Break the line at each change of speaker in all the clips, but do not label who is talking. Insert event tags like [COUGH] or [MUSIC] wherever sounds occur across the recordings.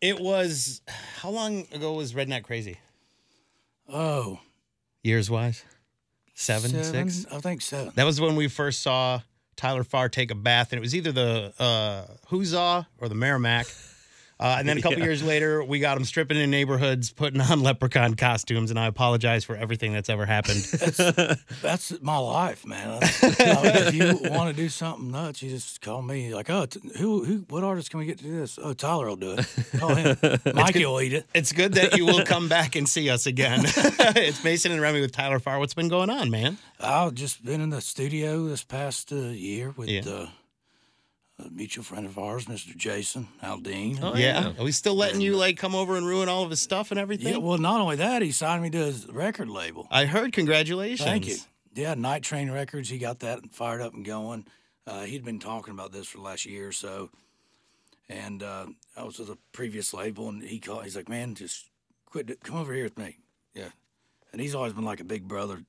It was how long ago was Redneck Crazy?
Oh,
Years wise, seven,
seven?
six.
I think seven.
That was when we first saw Tyler Farr take a bath, and it was either the uh, Huzzah or the Merrimack. Uh, and then a couple
Yeah.
years later, we got him stripping in neighborhoods, putting on [LAUGHS] leprechaun costumes, and I apologize for everything that's ever happened.
That's my life, man. I-
[LAUGHS]
if you want to do something nuts, you just call me. Like, oh, t- who, who, what artist can we get to do this? Oh, Tyler will do it.
[LAUGHS]
Call him. Mikey will eat it.
it's good that you will come back and see us again. [LAUGHS] it's Mason and Remy with Tyler Farr. What's been going on, man?
I've just been in the studio this past uh, year with
Yeah.
uh, a mutual friend of ours, Mr. Jason Aldean.
yeah. Are we still letting you like come over and ruin all of his stuff and everything?
Yeah, well, not only that, he signed me to his record label.
I heard. Congratulations.
Thank you. Yeah, Night Train Records. He got that fired up and going. Uh, he'd been talking about this for the last year or so, and uh, I was with a previous label, and he called. He's like, "Man, just quit. it. Come over here with me." Yeah, and he's always been like a big brother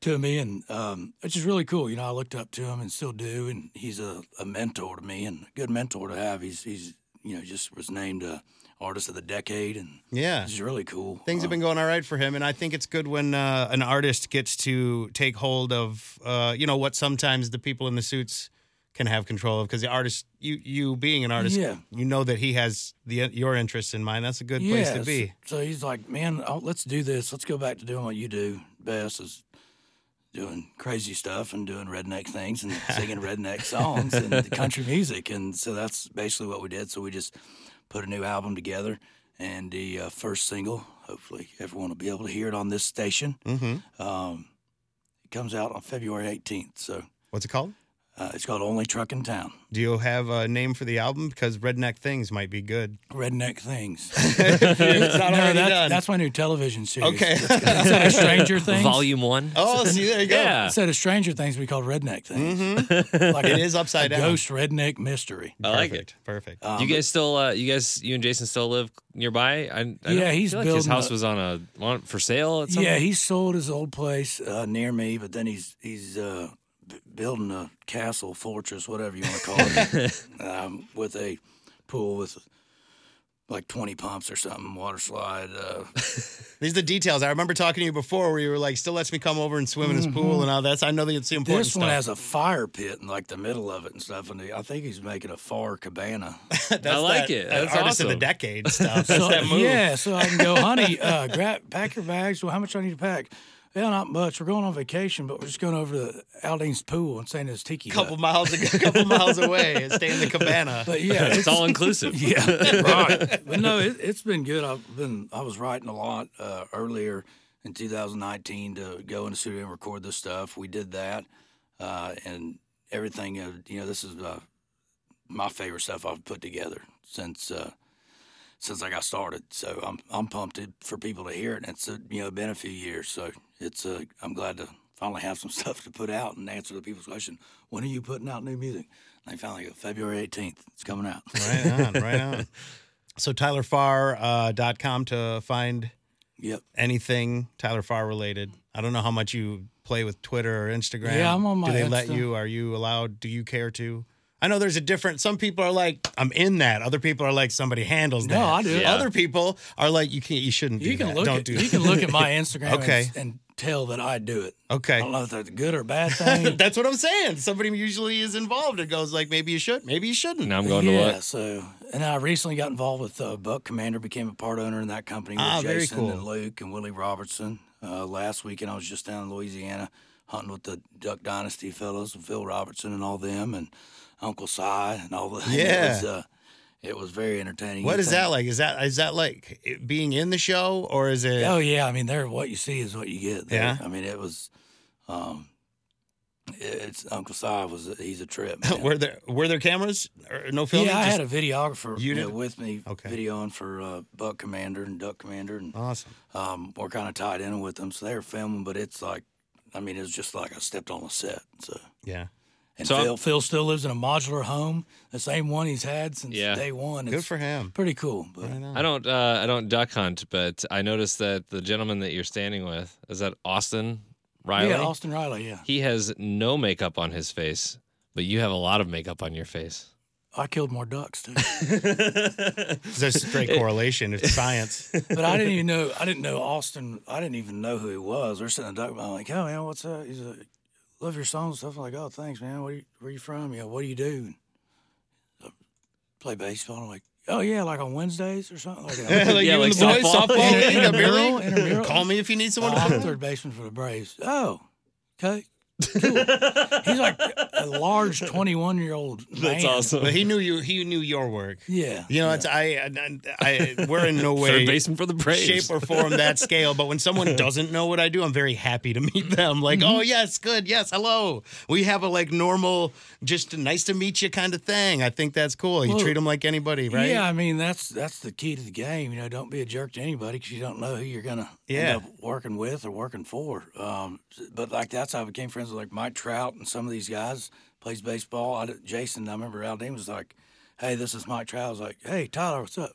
to me, and um, which is really cool. You know, I looked up to him and still do, and he's a, a mentor to me and a good mentor to have. He's he's you know just was named uh, artist of the decade, and
Yeah.
it's really cool. Um,
Things have been going all right for him, and I think it's good when uh, an artist gets to take hold of, uh, you know, what sometimes the people in the suits can have control of. Because the artist, you you being an artist,
Yeah.
you know that he has the your interests in mind. That's a good place to
so-
be.
So, he's like, man, oh, let's do this. Let's go back to doing what you do best is doing crazy stuff and doing redneck things [LAUGHS] and singing redneck songs and country music. And so that's basically what we did. So we just put a new album together and the uh, first single, hopefully everyone will be able to hear it on this station.
Mm-hmm.
Um, it comes out on February 18th. So
What's it called?
uh, it's called Only Truck in Town.
Do you have a name for the album? Because Redneck Things might be good.
Redneck [LAUGHS] Things.
it's not
no,
already
that's,
done.
that's my new television series.
Okay.
[LAUGHS] Is that a Stranger Things?
Volume one.
[LAUGHS] oh, see, there you go.
yeah.
Instead of Stranger Things, we called Redneck Things. [LAUGHS] like
Mm-hmm. It
a,
is
a
upside down.
ghost redneck mystery.
I like it.
Perfect.
Do you guys still, uh, you guys, you and Jason still live nearby? I, I don't-
Yeah, he's
feel like his
building
house
a-
was on a on, for sale. At some
Yeah, he sold his old place uh, near me, but then he's he's uh, b- building a castle, fortress, whatever you want to call
[LAUGHS]
it, um, with a pool with like 20 pumps or something, water slide. Uh,
These are the details. I remember talking to you before where you were like, still lets me come over and swim in his pool and all that. So I know that it's the important
Mm-hmm. this
stuff.
one has a fire pit in like the middle of it and stuff, and he- I think he's making a far cabana.
That's
I like
that-
it.
that
That's
artist of
awesome.
the decade
[LAUGHS]
stuff. That's
So,
that move.
Yeah, so I can go, honey, uh, grab, pack your bags. Well, how much do I need to pack? Yeah, not much. We're going on vacation, but we're just going over to Aldine's pool and staying in his tiki
A
hut.
couple miles, a [LAUGHS] couple miles away, and stay in the cabana. [LAUGHS]
But yeah,
it's all
[LAUGHS]
inclusive.
yeah, right. But no, it, it's been good. I've been I was writing a lot uh, earlier in 2019 to go in the studio and record this stuff. We did that, uh, and everything. Uh, you know, this is uh, my favorite stuff I've put together since uh, since I got started. So I'm I'm pumped it- for people to hear it. And it's uh, you know been a few years, so it's uh, I'm glad to finally have some [LAUGHS] stuff to put out and answer the people's question. When are you putting out new music? And I finally go February 18th. It's coming out.
right on, right on. So tylerfarr.com uh, dot com to find
[LAUGHS] Yep.
anything Tyler Farr related. I don't know how much you play with Twitter or Instagram.
Yeah, I'm on my
Do they let
Insta.
you? Are you allowed? Do you care to? I know there's a different. Some people are like, I'm in that. Other people are like, somebody handles
No,
that.
I do.
Yeah.
Other people are like, you can't. You shouldn't. Do
You can
that.
look
Don't
at
do.
you
that.
can look at my Instagram and-
Okay.
and, tell that I do it. I
[LAUGHS]
don't
Okay.
know if that's a good or bad
[LAUGHS]
[LAUGHS]
thing.
That's what I'm saying. Somebody usually is involved. It goes like, maybe you should, maybe you shouldn't.
Now I'm going
yeah,
to look.
so and I recently got involved with uh, Buck Commander, became a part owner in that company with
Ah, very
Jason and
cool.
Luke and Willie Robertson. Uh, last weekend I was just down in Louisiana hunting with the Duck Dynasty fellows and Phil Robertson and all them and Uncle Si and all the [LAUGHS] and
Yeah.
It was, uh, it was very entertaining.
What
You
is
think-
that like? Is that is that like it being in the show or is it?
Oh yeah, I mean, there what you see is what you get. There.
Yeah.
I mean, it was, um, it- it's Uncle Si was a, he's
[LAUGHS]
a trip. man.
[LAUGHS] were there were there cameras or no filming?
yeah, I
Just-
had a videographer
You
you know,
did-
with me
Okay.
videoing for uh, Buck Commander and Duck Commander, and
awesome.
um, we're kind of tied in with them, so they were filming. But it's like, I mean, it was just like I stepped on a set. So
Yeah.
and
So I'm-
Phil Phil still lives in a modular home, the same one he's had since
Yeah.
day one.
Good
It's
for him.
pretty cool. But
know.
I don't, uh, I don't duck hunt, but I noticed that the gentleman that you're standing with is that Austin Riley.
yeah, Austin Riley, yeah.
[LAUGHS]
He has no makeup on his face, but you have a lot of makeup on your face.
I killed more ducks too.
There's
[LAUGHS]
a straight correlation. It's science. [LAUGHS]
but I didn't even know. I didn't know Austin. I didn't even know who he was. We're sitting in the duck. I'm like, oh man, what's up? He's like, love your songs and stuff. I'm like, oh thanks, man. What are you, where you from? You know, what do you do? I play baseball. I'm like, oh yeah, like on Wednesdays or something. Like,
[LAUGHS]
that.
like
Yeah,
you
like
and the boys,
softball.
softball,
Yeah,
intramural,
intramural, intramural.
Call me if you need someone
Uh, I'm
to
a third baseman for the Braves. Oh, okay.
[LAUGHS]
Cool. He's like a large 21 year old.
That's awesome.
But he knew you. He knew your work.
Yeah.
You know, it's I, I, I. We're in
[LAUGHS]
no
Third
way,
baseman for the Braves.
shape, or form that scale. But when someone doesn't know what I do, I'm very happy to meet them. Like, oh yes, good, yes, hello. We have a like normal, just nice to meet you kind of thing. I think that's cool. You
Well,
treat them like anybody, right?
Yeah, I mean that's that's the key to the game. You know, don't be a jerk to anybody because you don't know who you're gonna
Yeah.
end up working with or working for. Um, but like that's how I became friends with like Mike Trout and some of these guys plays baseball. I, did- Jason, I remember Al Dean was like, "Hey, this is Mike Trout." I was like, "Hey, Tyler, what's up?"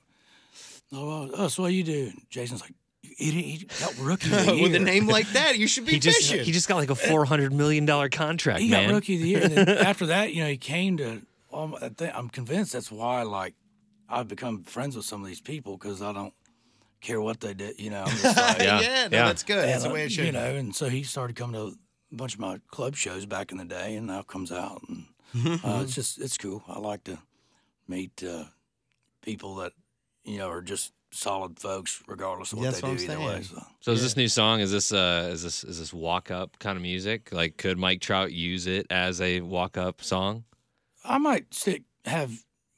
Oh, oh, so what you do? Jason's like, "You idiot, you got rookie of the
[LAUGHS] [LAUGHS]
year."
With a name like that, you should be
He just
fishing.
he just got like a four hundred million dollar contract,
He
man.
got rookie of the year.
[LAUGHS]
And then after that, you know, he came to. Um, I think, I'm convinced that's why, like, I've become friends with some of these people because I don't care what they did. You know,
[LAUGHS]
I'm just
[LAUGHS]
like,
yeah, no,
yeah.
that's good. that's the way it should.
You know, and so he started coming to a bunch of my club shows back in the day, and now comes out, and
[LAUGHS]
uh,
Mm-hmm.
it's just it's cool. I like to meet uh, people that you know are just solid folks, regardless of what
That's
they
what
do.
I'm
either way,
saying.
so.
So is this new song? Is this uh is this is this walk up kind of music? Like could Mike Trout use it as a walk up song?
I might stick have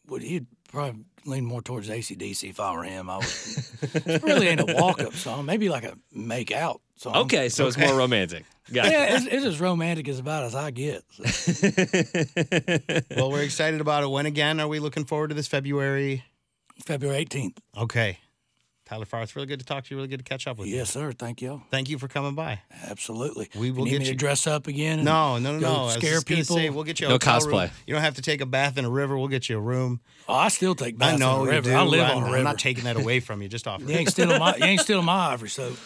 what he'd probably lean more towards ACDC if I were him. I would it really
[LAUGHS]
ain't a walk up song, maybe like a make out song.
Okay, so it's more romantic. Gotcha.
Yeah, it's, it's as romantic as about as I get. So, [LAUGHS]
well, we're excited about it. When again are we looking forward to this February?
February 18th.
Okay. Tyler Farr, it's really good to talk to you. Really good to catch up with you.
Yes, sir. Thank y'all.
Thank you for coming by.
Absolutely.
We will
you need
get
me
you-
to dress up again. and
No, no, no,
go
no. I was
Scare
just gonna
people.
Say, we'll get you a
No
hotel
cosplay.
room. You don't have to take a bath in a river. We'll get you a room.
oh, I still take
I
baths
know.
on the
you
river.
do.
I live
I'm,
on a
I'm
river.
not
[LAUGHS]
taking that away from you. Just offer.
you ain't stealing my you ain't stealing my ivory soap.